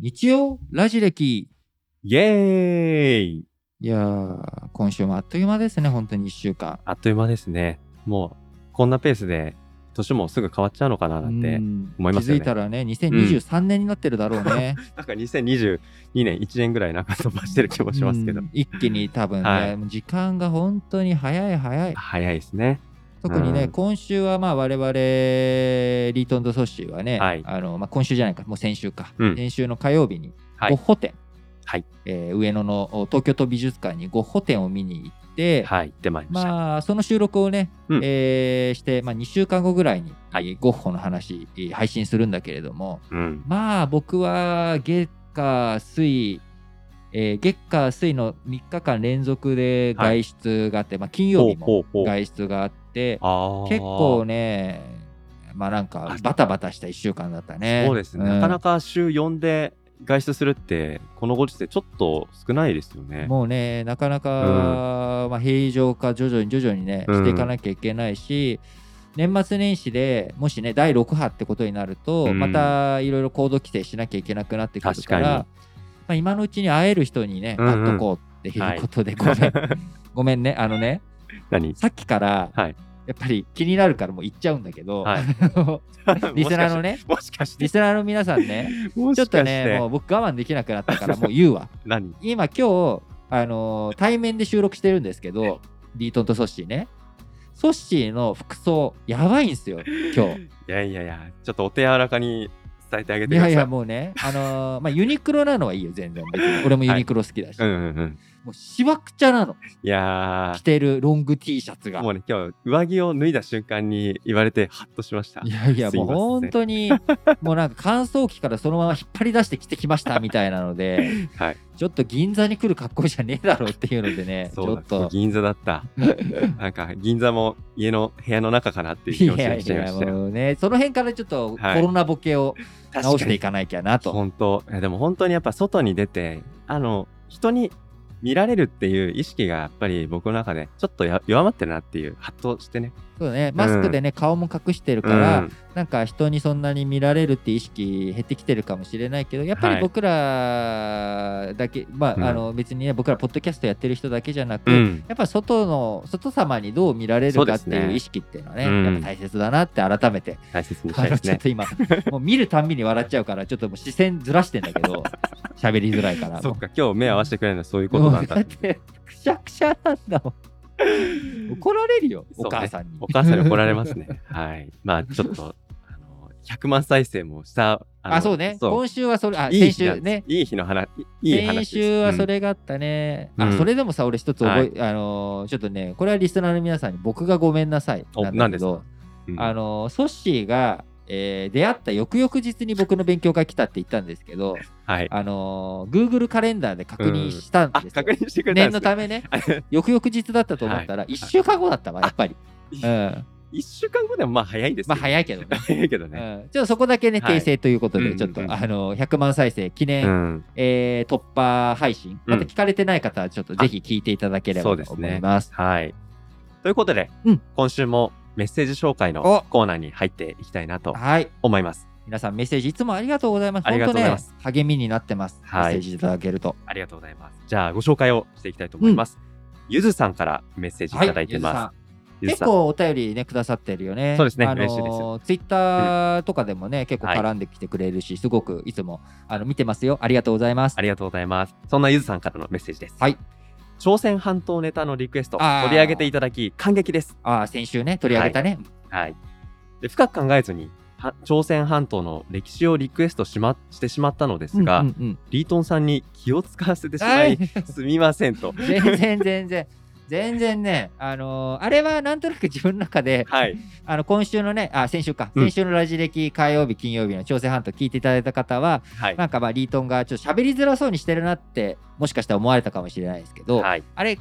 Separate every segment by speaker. Speaker 1: 日曜ラジ歴
Speaker 2: イエーイ
Speaker 1: いやー今週もあっという間ですね本当に1週間
Speaker 2: あっという間ですね。もう、こんなペースで、年もすぐ変わっちゃうのかななんて。
Speaker 1: うん
Speaker 2: 思いますよね
Speaker 1: 気づいたらね2023年になってるだろうね、
Speaker 2: なんか2022年、1年ぐらいなんか飛ばしてる気もしますけど。
Speaker 1: うん一気に多分ね、
Speaker 2: はい
Speaker 1: もう時間が本当に早い早い
Speaker 2: 早いですね。
Speaker 1: 特にね、
Speaker 2: うん
Speaker 1: 今週はまあ我々リートンドソッシーはね、
Speaker 2: はい
Speaker 1: あのまあ、今週じゃないかもう先週か、
Speaker 2: うん
Speaker 1: 先週の火曜日に
Speaker 2: はい
Speaker 1: ゴッホ展、
Speaker 2: はい
Speaker 1: えー上野のお東京都美術館にゴッホ展を見に行って、
Speaker 2: はい、出まいりました。
Speaker 1: まあ、その収録をね、
Speaker 2: うん
Speaker 1: えーして、まあ、2週間後ぐらいに、
Speaker 2: は
Speaker 1: ゴッホの話えー配信するんだけれども
Speaker 2: うん。
Speaker 1: まあ僕は月火水、えー月火水の3日間連続で外出があって、まあ、金曜日も
Speaker 2: うほ
Speaker 1: 外出があって
Speaker 2: ああ。
Speaker 1: 結構ねまあなんかバタバタした1週間だったね。
Speaker 2: そうですね、
Speaker 1: ん
Speaker 2: なかなか週4で外出するって、このご時世ちょっと少ないですよね。
Speaker 1: もうね、なかなか、まあ、平常化、徐々に徐々にね、
Speaker 2: う
Speaker 1: し
Speaker 2: ん
Speaker 1: ていかなきゃいけないし、年末年始でもしね、第6波ってことになると、
Speaker 2: うん
Speaker 1: またいろいろ行動規制しなきゃいけなくなってくる
Speaker 2: 確
Speaker 1: か、
Speaker 2: からに
Speaker 1: まあ、今のうちに会える人にね、
Speaker 2: うんうん
Speaker 1: 会っとこうっていうことで、ごめん、 ごめんね、あのね、
Speaker 2: 何
Speaker 1: さっきから、
Speaker 2: はい
Speaker 1: やっぱり気になるからもう言っちゃうんだけど、
Speaker 2: はい
Speaker 1: リスナーのね、
Speaker 2: もしかして
Speaker 1: リ、スナーの皆さんね、
Speaker 2: も
Speaker 1: ちょっ
Speaker 2: しか
Speaker 1: と
Speaker 2: して、
Speaker 1: ね、もう僕我慢できなくなったから、もう言うわ。
Speaker 2: 何
Speaker 1: 今今日、あのー対面で収録してるんですけどリートンとソッシーねソッシーの服装やばいんすよ 今日
Speaker 2: いやいやいや、ちょっとお手柔らかに伝えてあげ
Speaker 1: い
Speaker 2: てくだ
Speaker 1: や
Speaker 2: さい。
Speaker 1: いやもうねあのーまあユニクロなのはいいよ全然別に俺もユニクロ好きだし、
Speaker 2: うんうんうん。
Speaker 1: もうしわくちゃなの
Speaker 2: いや
Speaker 1: 着てるロング T シャツ
Speaker 2: ー、
Speaker 1: が
Speaker 2: もうね、今日、上着を脱いだ瞬間に言われて、ハッとしました
Speaker 1: い。やいや
Speaker 2: すい
Speaker 1: もう
Speaker 2: ません
Speaker 1: 本当にもうなんか乾燥機からそのまま引っ張り出して着てきましたみたいなの で
Speaker 2: はい。
Speaker 1: ちょっと銀座に来る格好じゃねえだろうっていうのでねち
Speaker 2: そう
Speaker 1: ょ
Speaker 2: だ
Speaker 1: っと
Speaker 2: 銀座だ った。なんか、銀座も家の部屋の中かなっていう
Speaker 1: い
Speaker 2: 気持ち
Speaker 1: や
Speaker 2: がし
Speaker 1: い
Speaker 2: ちゃいま
Speaker 1: や
Speaker 2: したよ。
Speaker 1: もうねその辺からちょっとコ
Speaker 2: はい
Speaker 1: ロナボケを直していかないきゃなと。
Speaker 2: 本当いやでも本当にやっぱ外に出てあの人に見られるっていう意識がやっぱり僕の中でちょっとや弱まってるなっていうハッとしてね
Speaker 1: そうだね、マスクでね、顔も隠してるから、なんか人にそんなに見られるって意識減ってきてるかもしれないけどやっぱ
Speaker 2: は
Speaker 1: り
Speaker 2: い
Speaker 1: 僕らだけ、まあ,、
Speaker 2: うん
Speaker 1: あの別にね僕らポッドキャストやってる人だけじゃなく、
Speaker 2: うん、う
Speaker 1: や
Speaker 2: ん
Speaker 1: っぱ外の外様にどう見られる
Speaker 2: そう
Speaker 1: か
Speaker 2: で
Speaker 1: って
Speaker 2: すね
Speaker 1: いう意識っていうのはね
Speaker 2: うん
Speaker 1: やっぱ大切だなって改めて、
Speaker 2: 大切にし
Speaker 1: あ
Speaker 2: たいで
Speaker 1: の
Speaker 2: す
Speaker 1: ちょっ
Speaker 2: ね
Speaker 1: と今もう見るたんびに笑っちゃうからちょっともう視線ずらしてんだけ ど喋りづらいから
Speaker 2: そ
Speaker 1: もう
Speaker 2: っか今日目合わせてくれるのはそういうことなん
Speaker 1: も
Speaker 2: だ
Speaker 1: うってくしゃくしゃなんだも ん怒られるよ
Speaker 2: そう
Speaker 1: お
Speaker 2: ね
Speaker 1: 母さんに、
Speaker 2: お母さんに 怒られますねはいまあちょっとあの100万再生もしたあの
Speaker 1: あそうね
Speaker 2: そう
Speaker 1: 今週はそれあ
Speaker 2: いい
Speaker 1: 先
Speaker 2: 日な
Speaker 1: 週
Speaker 2: んで
Speaker 1: ね
Speaker 2: すいい日の話いい話で
Speaker 1: 先
Speaker 2: す
Speaker 1: 週はそ
Speaker 2: うん
Speaker 1: れがあったね、
Speaker 2: う
Speaker 1: あ
Speaker 2: ん
Speaker 1: それでもさ俺一つ覚え、あのーちょっとねこれはリスナーの皆さんに僕がごめんなさい
Speaker 2: お
Speaker 1: なんだけど
Speaker 2: うん
Speaker 1: あのーソッシーが、えー出会った翌々日に僕の勉強会来たって言ったんですけど
Speaker 2: はい
Speaker 1: あのー Google カレンダーで確認したん
Speaker 2: あ
Speaker 1: ですよ、
Speaker 2: 確認してくれた
Speaker 1: 念
Speaker 2: んで
Speaker 1: のた
Speaker 2: すね
Speaker 1: め ね翌々日だったと思ったら
Speaker 2: はい
Speaker 1: 1週間後だったわやっぱり、うん、
Speaker 2: 1週間後でもまあ早いです
Speaker 1: まあ
Speaker 2: よ
Speaker 1: 早いけど ね
Speaker 2: 早いけどね
Speaker 1: うんちょっとそこだけね、
Speaker 2: はい
Speaker 1: 訂正ということ
Speaker 2: うん
Speaker 1: で、
Speaker 2: うん
Speaker 1: ちょっと、あの100万再生記念、
Speaker 2: うん
Speaker 1: えー突破配信、
Speaker 2: うん
Speaker 1: また聞かれてない方は、ちょっとぜひ聞いていただければ
Speaker 2: そうです
Speaker 1: と
Speaker 2: ね
Speaker 1: 思います。
Speaker 2: はい。ということで、
Speaker 1: うん
Speaker 2: 今週もメッセージ紹介の
Speaker 1: お
Speaker 2: コーナーに入っていきたいなと
Speaker 1: はい
Speaker 2: 思います。
Speaker 1: 皆さんメッセージいつもありがとうございます。
Speaker 2: ありがとうございます
Speaker 1: 本当ね、励みになってます。
Speaker 2: はい
Speaker 1: メッセージいただけると。
Speaker 2: ありがとうございます。じゃあ、ご紹介をしていきたいと思います。ゆずさんからメッセージいただいてます。
Speaker 1: ゆ
Speaker 2: ゆ
Speaker 1: ず
Speaker 2: ず
Speaker 1: さん結
Speaker 2: さん。
Speaker 1: 構お便りね、くださってるよね。
Speaker 2: そうですね
Speaker 1: あのー
Speaker 2: 嬉しいですよ
Speaker 1: ツイッターとかでもね、結構絡んできてくれるし、すごくいつもあの見てますよ。ありがとうございます。
Speaker 2: ありがとうございます。そんなゆずさんからのメッセージです。
Speaker 1: はい。
Speaker 2: 朝鮮半島ネタのリクエスト、
Speaker 1: あー
Speaker 2: 取り上げていただき、感激です。
Speaker 1: あー先週ね、取り上げたね。
Speaker 2: はい。で深く考えずに、は朝鮮半島の歴史をリクエストし,、ま、してしまったのですが、
Speaker 1: うんうんうん
Speaker 2: リートンさんに気を使わせてしまい、 すみませんと。
Speaker 1: 全然全然全然ねあのーあれはなんとなく自分の中で
Speaker 2: はい。
Speaker 1: あの今週のねあ先週か
Speaker 2: うん
Speaker 1: 先週のラジ歴火曜日金曜日の朝鮮半島聞いていただいた方は
Speaker 2: はい。
Speaker 1: なんかまあリートンがちょっと喋りづらそうにしてるなってもしかしたら思われたかもしれないですけど、
Speaker 2: はい。
Speaker 1: あれち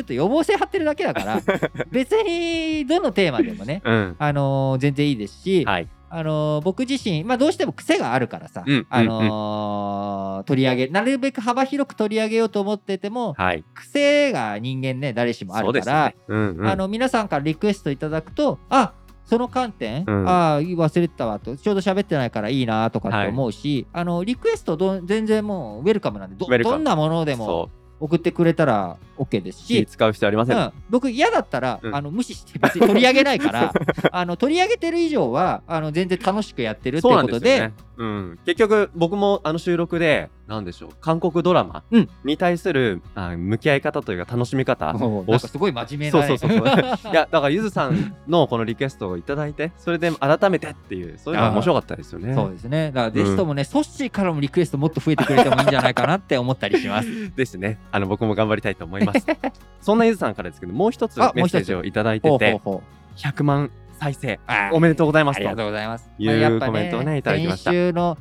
Speaker 1: ょっと予防性張ってるだけだから 別にどのテーマでもね
Speaker 2: うん。
Speaker 1: あのー全然いいですし、
Speaker 2: はい。
Speaker 1: あのー僕自身、まあ、どうしても癖があるからさ、
Speaker 2: うん
Speaker 1: あのー取り上げなるべく幅広く取り上げようと思ってても、
Speaker 2: はい。
Speaker 1: 癖が人間ね誰しもあ
Speaker 2: そう
Speaker 1: る
Speaker 2: で
Speaker 1: か
Speaker 2: すよ
Speaker 1: ら、
Speaker 2: ねうんうん
Speaker 1: あの皆さんからリクエストいただくとあその観点、
Speaker 2: うん
Speaker 1: ああ忘れてたわとちょうど喋ってないからいいなとかって思うし、あのリクエストどん全然もうウェルカムなんでど
Speaker 2: ウェルカム
Speaker 1: どんなものでも
Speaker 2: そう
Speaker 1: 送ってくれたら OK ですし
Speaker 2: 気使う必要ありません、
Speaker 1: うん、僕嫌だったら、
Speaker 2: うん
Speaker 1: あの無視して別に取り上げないから あの取り上げてる以上はあの全然楽しくやってるって
Speaker 2: そう
Speaker 1: いう
Speaker 2: な
Speaker 1: こ
Speaker 2: んです
Speaker 1: と
Speaker 2: よ
Speaker 1: で
Speaker 2: ね、うん、結局僕もあの収録でなんでしょう韓国ドラマ
Speaker 1: うん
Speaker 2: に対する、あ向き合い方というか楽しみ 方
Speaker 1: もうなんかすごい真面目
Speaker 2: そう
Speaker 1: な
Speaker 2: そうそうそうい やだからゆずさんのこのリクエストをいただいてそれで改めてっていうそういうのが面白かったですよね
Speaker 1: そうですねだからぜひともね、ソッシーからもリクエストもっと増えてくれてもいいんじゃないかなって思ったりし ます
Speaker 2: ですねあの僕も頑張りたいと思います そんなゆずさんからですけどもう一つメ
Speaker 1: あもう
Speaker 2: ッ
Speaker 1: 一つ
Speaker 2: セージをいただい
Speaker 1: ほ
Speaker 2: て
Speaker 1: うほう
Speaker 2: て
Speaker 1: ほう
Speaker 2: 100万再生
Speaker 1: あー
Speaker 2: おめでとうございま
Speaker 1: あ
Speaker 2: す
Speaker 1: り
Speaker 2: と
Speaker 1: がとうございます。
Speaker 2: い
Speaker 1: ま
Speaker 2: う
Speaker 1: あやっぱ
Speaker 2: コメントをねいただきました
Speaker 1: 先週の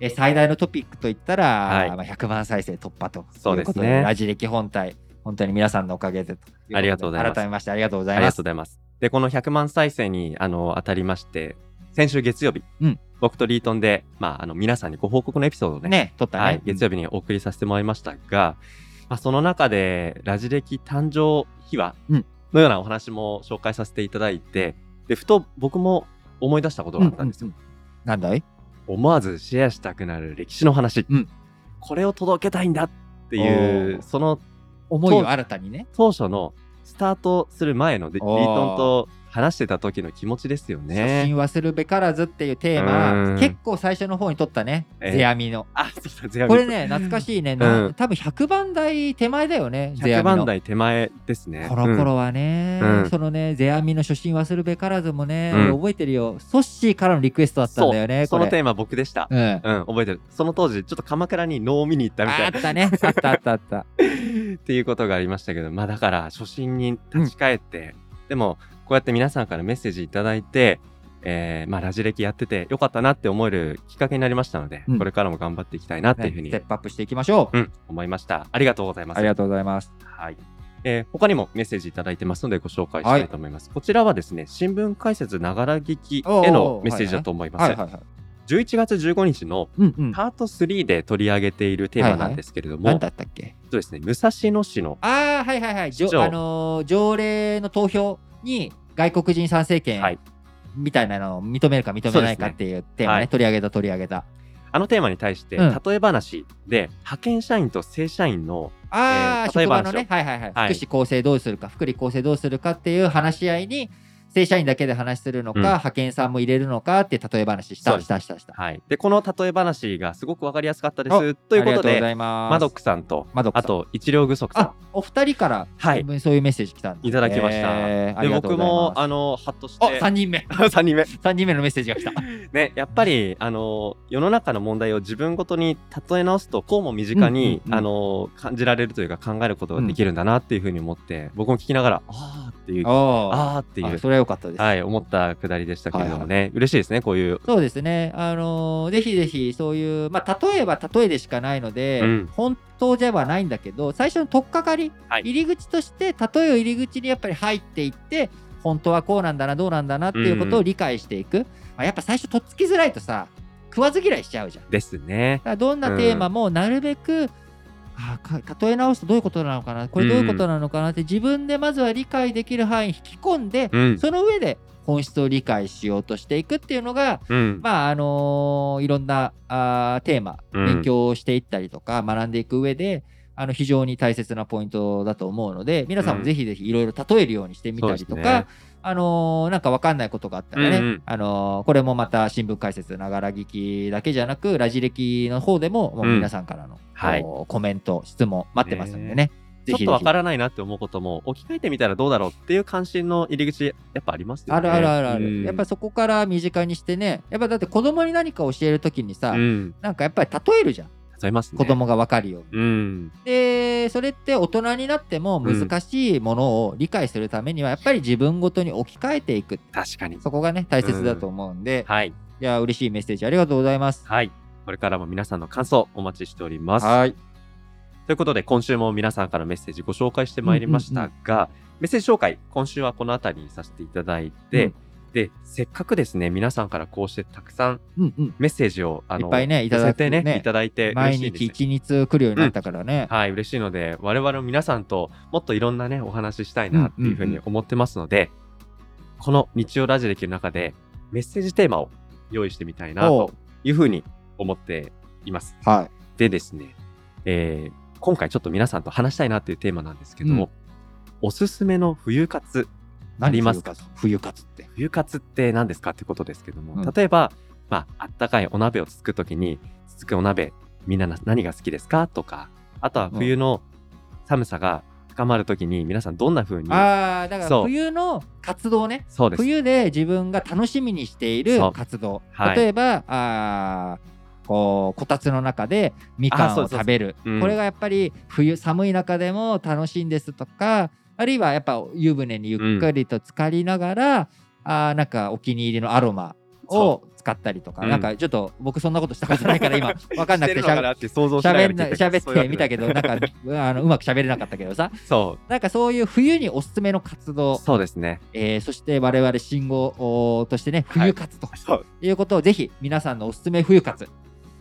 Speaker 1: えー最大のトピックといったら、
Speaker 2: はい
Speaker 1: まあ、100万再生突破ということで
Speaker 2: そうですね
Speaker 1: ラジ歴本体、本当に皆さんのおかげでということで
Speaker 2: ありがとうございます
Speaker 1: 改めましてありがとうござ
Speaker 2: あ
Speaker 1: い
Speaker 2: り
Speaker 1: ま
Speaker 2: が
Speaker 1: す
Speaker 2: とうご。ざいます。で、この100万再生にあの当たりまして、先週月曜日、
Speaker 1: うん
Speaker 2: 僕とリートンで、まあ、あの皆さんにご報告のエピソードをね
Speaker 1: ね、撮ったね。
Speaker 2: はい、月曜
Speaker 1: 日。
Speaker 2: 日にお送りさせてもらいましたが、まあ、その中で、ラジ歴誕生秘話
Speaker 1: うん
Speaker 2: のようなお話も紹介させていただいて、でふと僕も思い出したことがあったんですよ。
Speaker 1: うんうんうんなんだい
Speaker 2: 思わずシェアしたくなる歴史の話、
Speaker 1: うん
Speaker 2: これを届けたいんだってい
Speaker 1: おー
Speaker 2: う、その
Speaker 1: 思いを新たにね。
Speaker 2: 当初のスタートする前のでリー
Speaker 1: あー
Speaker 2: トンと話してた時の気持ちですよ
Speaker 1: 写
Speaker 2: ね。
Speaker 1: 真忘るべからずっていうテーマ、
Speaker 2: うん
Speaker 1: 結構最初の方に撮ったね、
Speaker 2: ええ
Speaker 1: ゼアミの。
Speaker 2: あ、そうだ、ゼアミ
Speaker 1: これね、懐かしいね、な
Speaker 2: うん
Speaker 1: 多分100番台手前だよね、ゼア
Speaker 2: 100
Speaker 1: ミ
Speaker 2: 番
Speaker 1: の。
Speaker 2: 台手前ですね。
Speaker 1: コロコロはね、
Speaker 2: うん
Speaker 1: そのね、ゼアミの初心忘るべからずもね、
Speaker 2: うん
Speaker 1: 覚えてるよ。ソッシーからのリクエストだったんだよ
Speaker 2: う
Speaker 1: ね、
Speaker 2: んそ
Speaker 1: こ
Speaker 2: の
Speaker 1: れ。
Speaker 2: テーマ僕でした。
Speaker 1: うん、あ
Speaker 2: うん、覚えてる。その当時、ちょっと鎌倉に能を見に行ったみた
Speaker 1: あ
Speaker 2: い
Speaker 1: ったね、あったあったあ った。
Speaker 2: な、っていうことがありましたけど、まあだから、初心に立ち返って、でも、こうやって皆さんからメッセージいただいて、えーまあラジ歴やっててよかったなって思えるきっかけになりましたので、
Speaker 1: うん
Speaker 2: これからも頑張っていきたいなっていうふう
Speaker 1: ね
Speaker 2: に、
Speaker 1: ステップアップしていきましょう。
Speaker 2: うん、思いました。ありがとうございます
Speaker 1: あり。がとうございます。
Speaker 2: はい。えー他にもメッセージいただいてますのでご紹介したいと思います。こちらはですね、新聞解説ながら聞きへのメッセージだと思います。
Speaker 1: はいはいはい。
Speaker 2: 11月15日の
Speaker 1: うんうん。
Speaker 2: パート3で取り上げているテーマなんですけれども、
Speaker 1: 何だったっけ
Speaker 2: そうですね、武蔵野市の、
Speaker 1: ああ、はいはいはい。じょ
Speaker 2: 市長
Speaker 1: あのー条例の投票に外国人参政権、
Speaker 2: はい
Speaker 1: みたいなのを認めるか認めないかっていうテーマね、
Speaker 2: はい
Speaker 1: 取り上げた取り上げた。
Speaker 2: あのテーマに対して、
Speaker 1: うん
Speaker 2: 例え話で、派遣社員と正社員の、
Speaker 1: ああ、
Speaker 2: えー例え
Speaker 1: 職場
Speaker 2: 話
Speaker 1: の
Speaker 2: を
Speaker 1: ね、はいはいはい、
Speaker 2: はい
Speaker 1: 福祉構成どうするか、福利厚生どうするかっていう話し合いに、正社員だけで話するのか、
Speaker 2: うん
Speaker 1: 派遣さんも入れるのかって例え話し
Speaker 2: そう
Speaker 1: た、
Speaker 2: で
Speaker 1: し
Speaker 2: す
Speaker 1: た、した、した。
Speaker 2: はい。で、この例え話がすごくわかりやすかったで
Speaker 1: お
Speaker 2: す。という
Speaker 1: あり
Speaker 2: こと
Speaker 1: がとうござ
Speaker 2: で、
Speaker 1: います。
Speaker 2: マドックさんと、
Speaker 1: マドックさ
Speaker 2: あ
Speaker 1: ん
Speaker 2: と、一両具足さん
Speaker 1: あ、お二人から、
Speaker 2: はい
Speaker 1: そういうメッセージ来たんですね
Speaker 2: いただきました
Speaker 1: えーあ
Speaker 2: で
Speaker 1: りがとう
Speaker 2: 僕
Speaker 1: ござい
Speaker 2: も、
Speaker 1: ます。
Speaker 2: あの、ハッとし
Speaker 1: お、
Speaker 2: て、
Speaker 1: 三人 目、
Speaker 2: 3人目。
Speaker 1: 三人目のメッセージが 来た。
Speaker 2: ね、やっぱり、あの世の中の問題を自分ごとに例え直すとこうも身近に、
Speaker 1: うんうんうん
Speaker 2: あの感じられるというか考えることができるんだなっていうふうに思って、僕も聞きながらあーっていうあ
Speaker 1: おー
Speaker 2: ーってい
Speaker 1: あ
Speaker 2: う
Speaker 1: それは良かったです。
Speaker 2: はい思ったくだりでしたけれどもね、嬉しいですねこういう
Speaker 1: そうですね、あのーぜひぜひそういう、まあ、例えば例えでしかないので、
Speaker 2: うん
Speaker 1: 本当ではないんだけど最初の取っかかり、
Speaker 2: はい
Speaker 1: 入り口として例えを入り口にやっぱり入っていって本当はこうなんだなどうなんだなっていうことを理解していく、あやっぱ最初とっつきづらいとさ食わず嫌いしちゃうじゃん。だ
Speaker 2: ですね
Speaker 1: からどんなテーマもなるべく、あか例え直すとどういうことなのかなこれどういうことなのかなって自分でまずは理解できる範囲に引き込んで、
Speaker 2: うん
Speaker 1: その上で本質を理解しようとしていくっていうのが
Speaker 2: うん、
Speaker 1: まああのーいろんなあーテーマ
Speaker 2: うん
Speaker 1: 勉強をしていったりとか、学んでいく上であの非常に大切なポイントだと思うので皆さん
Speaker 2: う
Speaker 1: も
Speaker 2: ん
Speaker 1: ぜひぜひいろいろ例えるようにしてみたりと
Speaker 2: そう
Speaker 1: か、
Speaker 2: ですね
Speaker 1: あのーなんか分かんないことがあったらね、
Speaker 2: うんうん
Speaker 1: あのーこれもまた新聞解説ながら聞きだけじゃなくラジ歴の方でももう
Speaker 2: うん
Speaker 1: 皆さんからの、
Speaker 2: はい
Speaker 1: こうコメント質問待ってますんでね。ぜ
Speaker 2: ちょっ
Speaker 1: ひ
Speaker 2: と
Speaker 1: ぜ
Speaker 2: わ
Speaker 1: ひ
Speaker 2: からないなって思うことも置き換えてみたらどうだろうっていう関心の入り口やっぱありますよね
Speaker 1: あるあるあるある、
Speaker 2: うん
Speaker 1: やっぱそこから身近にしてねやっぱだって子供に何か教える時にさ、
Speaker 2: うん
Speaker 1: なんかやっぱり例えるじゃん
Speaker 2: 例えますね
Speaker 1: 子供が分かるように。
Speaker 2: うん
Speaker 1: でそれって大人になっても難しいものを理解するためにはやっぱり自分ごとに置き換えていく
Speaker 2: 確かに
Speaker 1: そこがね大切だと思うんで、
Speaker 2: はい
Speaker 1: いや嬉しいメッセージありがとうございます。
Speaker 2: はいこれからも皆さんの感想お待ちしております
Speaker 1: はい
Speaker 2: ということで、今週も皆さんからメッセージご紹介してまいりましたが、メッセージ紹介、今週はこの辺りにさせていただいて、
Speaker 1: うん
Speaker 2: で、せっかくですね、皆さんからこうしてたくさん
Speaker 1: うんうん、
Speaker 2: メッセージを、あ
Speaker 1: いっぱいねいただく
Speaker 2: 寄せて
Speaker 1: ね
Speaker 2: いただいて嬉
Speaker 1: 毎
Speaker 2: しいで
Speaker 1: 日
Speaker 2: す、ね。
Speaker 1: 一日来るようになったからね、
Speaker 2: はい、嬉しいので、我々も皆さんともっといろんなね、お話ししたいなっていうふうに思ってますので、この日曜ラジ歴の中でメッセージテーマを用意してみたいな
Speaker 1: お
Speaker 2: と
Speaker 1: う
Speaker 2: いうふうに思っています。
Speaker 1: は
Speaker 2: でですね、えー今回ちょっと皆さんと話したいなっていうテーマなんですけども、おすすめの冬活
Speaker 1: い。
Speaker 2: あります
Speaker 1: か冬活って。
Speaker 2: 冬活って何ですかってことですけども、
Speaker 1: うん
Speaker 2: 例えば、まあ、あったかいお鍋をつつくときに、つつくお鍋、みんなな何が好きですかとか、あとは冬の寒さが深まるときに、皆さんどんな風に、
Speaker 1: ああ、だから
Speaker 2: そう
Speaker 1: 冬の活動ね。
Speaker 2: そうです。
Speaker 1: 冬で自分が楽しみにしている
Speaker 2: そう
Speaker 1: 活動。
Speaker 2: はい
Speaker 1: 例えば、あーこうこたつの中でみか
Speaker 2: あ
Speaker 1: ん
Speaker 2: そう
Speaker 1: を
Speaker 2: そうそう
Speaker 1: 食べる
Speaker 2: うん
Speaker 1: これがやっぱり冬寒い中でも楽しいんですとかあるいはやっぱ湯船にゆっくりと浸かりながら、あーなんかお気に入りのアロマを使ったりとか、
Speaker 2: うん
Speaker 1: なんかちょっと僕そんなことしたことないから 今わかんなくてしゃべ
Speaker 2: って想像
Speaker 1: しゃべんな
Speaker 2: 聞いたけど
Speaker 1: 喋ってみたけどなんかあのうまくしゃべれなかったけどさ
Speaker 2: そう
Speaker 1: なんかそういう冬におすすめの活
Speaker 2: いうわけではないそう
Speaker 1: 動、
Speaker 2: そうですね。
Speaker 1: えーそして我々信号おーとしてね
Speaker 2: はい
Speaker 1: 冬活と
Speaker 2: そう
Speaker 1: いうことをぜひ皆さんのおすすめ冬活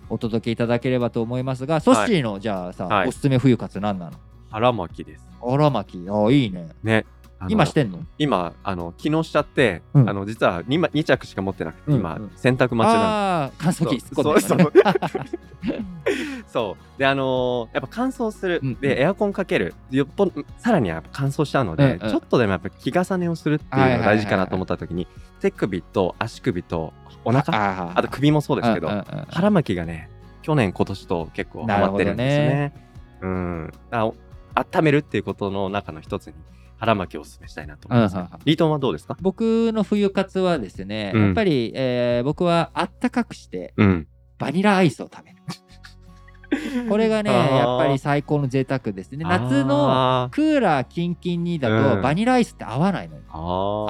Speaker 1: お届けいただければと思いますが、ソッシーのじゃあさ、
Speaker 2: はい
Speaker 1: おすすめ冬活何なの
Speaker 2: 腹巻きです。
Speaker 1: 荒巻あいいね
Speaker 2: ね。あの
Speaker 1: 今してんの
Speaker 2: 今あの昨日しちゃって、
Speaker 1: うん
Speaker 2: あの実は 2, 2着しか持ってなくて、
Speaker 1: うん
Speaker 2: 今
Speaker 1: うん
Speaker 2: 洗濯待ちなんで
Speaker 1: ああー乾燥機突っ込んで
Speaker 2: そう
Speaker 1: るのね
Speaker 2: そうであのーやっぱ乾燥する、
Speaker 1: うんうん
Speaker 2: でエアコンかけるよっぽさらにはやっぱ乾燥しちゃうので、
Speaker 1: うんうん
Speaker 2: ちょっとでもやっぱ日重ねをするっていうのが大事かなと思った時に、手首と足首と お腹あ
Speaker 1: あー
Speaker 2: と首もそうですけど、
Speaker 1: うんうんうん
Speaker 2: 腹巻きがね去年今年と結構ハマってるんですよねうんあお温めるっていうことの中の一つに腹巻きをおすすめしたいなと思います、ね
Speaker 1: うんうんうん
Speaker 2: リートンはどうですか
Speaker 1: 僕の冬活はですね、
Speaker 2: うん
Speaker 1: やっぱり、えー僕はあったかくして
Speaker 2: うん
Speaker 1: バニラアイスを食べるこれがね
Speaker 2: あー
Speaker 1: やっぱり最高の贅沢ですね夏の
Speaker 2: あー
Speaker 1: クーラーキンキンにだ
Speaker 2: うん
Speaker 1: とバニラアイスって合わないのよ、
Speaker 2: あ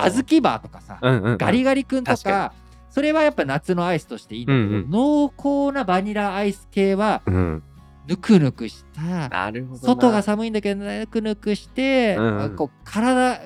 Speaker 2: ー
Speaker 1: 小豆バーとかさ、
Speaker 2: うんうんうん
Speaker 1: ガリガリ君と
Speaker 2: 確か
Speaker 1: かそれはやっぱ夏のアイスとしていいんだけど、
Speaker 2: うん
Speaker 1: 濃厚なバニラアイス系は
Speaker 2: うん
Speaker 1: ぬくぬくした
Speaker 2: なるほどな
Speaker 1: 外が寒いんだけどぬくぬくして、
Speaker 2: うん
Speaker 1: あこう体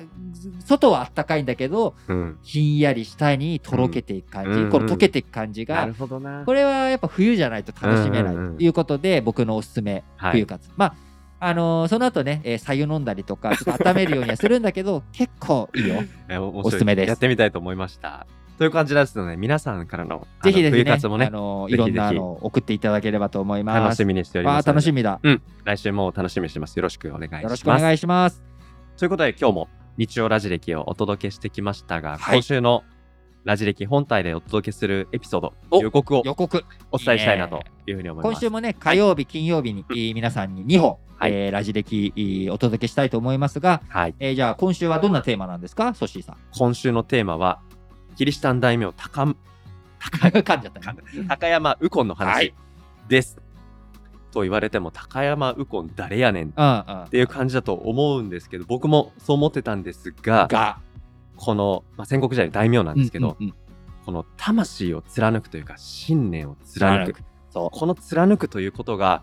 Speaker 1: 外はあったかいんだけど
Speaker 2: うん
Speaker 1: ひんやり下にとろけていく感じ、
Speaker 2: うん
Speaker 1: この溶けていく感じ
Speaker 2: な
Speaker 1: が、
Speaker 2: るほどな
Speaker 1: これはやっぱ冬じゃないと楽しめない
Speaker 2: うんうんうん
Speaker 1: ということで、僕のおすすめ
Speaker 2: はい
Speaker 1: 冬活、まああのーその後ね、えー、白湯飲んだりとかちょっと温めるようにはするんだけ ど結構いいよ
Speaker 2: えー面白い
Speaker 1: おすすめです
Speaker 2: やってみたいと思いました。という感じですので、皆さんからのあの
Speaker 1: ぜひぜひ
Speaker 2: 冬
Speaker 1: ね
Speaker 2: 活も
Speaker 1: あ
Speaker 2: ね、
Speaker 1: のー
Speaker 2: ぜ
Speaker 1: い
Speaker 2: ひ
Speaker 1: ろ
Speaker 2: ぜ
Speaker 1: ん
Speaker 2: ひ
Speaker 1: なのを送っていただければと思います
Speaker 2: 楽しみにしておりま
Speaker 1: わ
Speaker 2: す
Speaker 1: あ
Speaker 2: ので。
Speaker 1: 楽しみだ
Speaker 2: 来週も楽しみにしてます。よろしくお願いします。
Speaker 1: よろしくお願いします
Speaker 2: ということで、今日も日曜ラジ歴をお届けしてきましたが、
Speaker 1: はい
Speaker 2: 今週のラジ歴本体でお届けするエピソード、
Speaker 1: お
Speaker 2: 予告を
Speaker 1: 予告
Speaker 2: お伝えしたいない
Speaker 1: い
Speaker 2: と
Speaker 1: ね
Speaker 2: いうふうに思いま
Speaker 1: 今
Speaker 2: す。
Speaker 1: 週もね火曜日金曜日に、えー皆さんに2本、
Speaker 2: はい
Speaker 1: えーラジ歴、えーお届けしたいと思いますが、
Speaker 2: はい、
Speaker 1: えーじゃあ今週はどんなテーマなんですかソッシーさん
Speaker 2: 今週のテーマは、キリシタン大名高
Speaker 1: 噛んじゃったね
Speaker 2: 高山右近の
Speaker 1: は
Speaker 2: 話
Speaker 1: い
Speaker 2: です。と言われても、高山右近誰やねん
Speaker 1: うんうん
Speaker 2: っていう感じだと思うんですけど僕もそう思ってたんですが
Speaker 1: が
Speaker 2: この、まあ、戦国時代の大名なんですけど、
Speaker 1: うんうんうん
Speaker 2: この魂を貫くというか信念を貫く
Speaker 1: 貫そ
Speaker 2: この貫くということが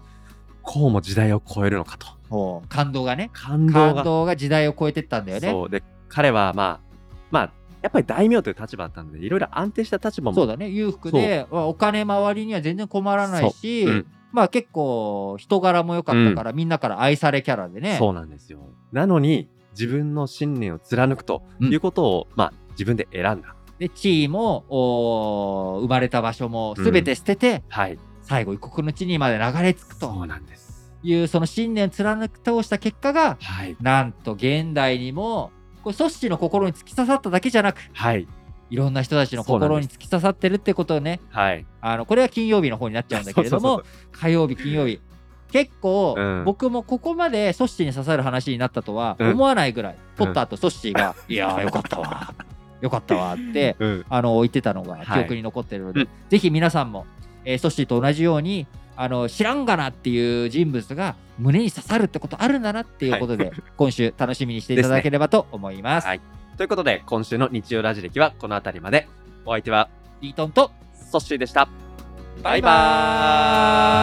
Speaker 2: こうも時代を超えるのかと
Speaker 1: うもう感動がね
Speaker 2: 感動が
Speaker 1: 感動が時代を超えてったんだよね
Speaker 2: そうで彼はまあまあやっぱり大名という立場だったのでいろいろ安定した立場も
Speaker 1: そうだね裕福でまあお金周りには全然困らないし、
Speaker 2: そううん
Speaker 1: まあ結構人柄も良かったから、みんなから愛されキャラでね
Speaker 2: そうなんですよなのに自分の信念を貫くということを、まあ自分で選んだ
Speaker 1: で地位もおー生まれた場所も全て捨てて、
Speaker 2: はい
Speaker 1: 最後異国の地にまで流れ着く
Speaker 2: そう
Speaker 1: と
Speaker 2: なんです
Speaker 1: いうその信念を貫く通した結果が
Speaker 2: はい
Speaker 1: なんと現代にもこれ組織の心に突き刺さっただけじゃなく
Speaker 2: はい
Speaker 1: いろんな人たちの心に突き刺さってるってことをね
Speaker 2: はい
Speaker 1: あのこれは金曜日の 方になっちゃうんだけれど
Speaker 2: そうそうそう
Speaker 1: も火曜日金曜日結構、
Speaker 2: うん
Speaker 1: 僕もここまでソッシーに刺さる話になったとは
Speaker 2: うん
Speaker 1: 思わないぐらい、撮った後ソッシー が「いやーよかったわよかったわ」って
Speaker 2: うん
Speaker 1: あの言ってたのが
Speaker 2: はい
Speaker 1: 記憶に残ってるので、
Speaker 2: うん
Speaker 1: ぜひ皆さんも、えーソッシーと同じようにあの知らんがなっていう人物が胸に刺さるってことあるんだなっていうことで、今週楽しみにしていただければと思います。
Speaker 2: はいということで、今週の日曜ラジ歴はこの辺りまで。お相手は、
Speaker 1: リートンと
Speaker 2: ソッシーでした。バイバーイ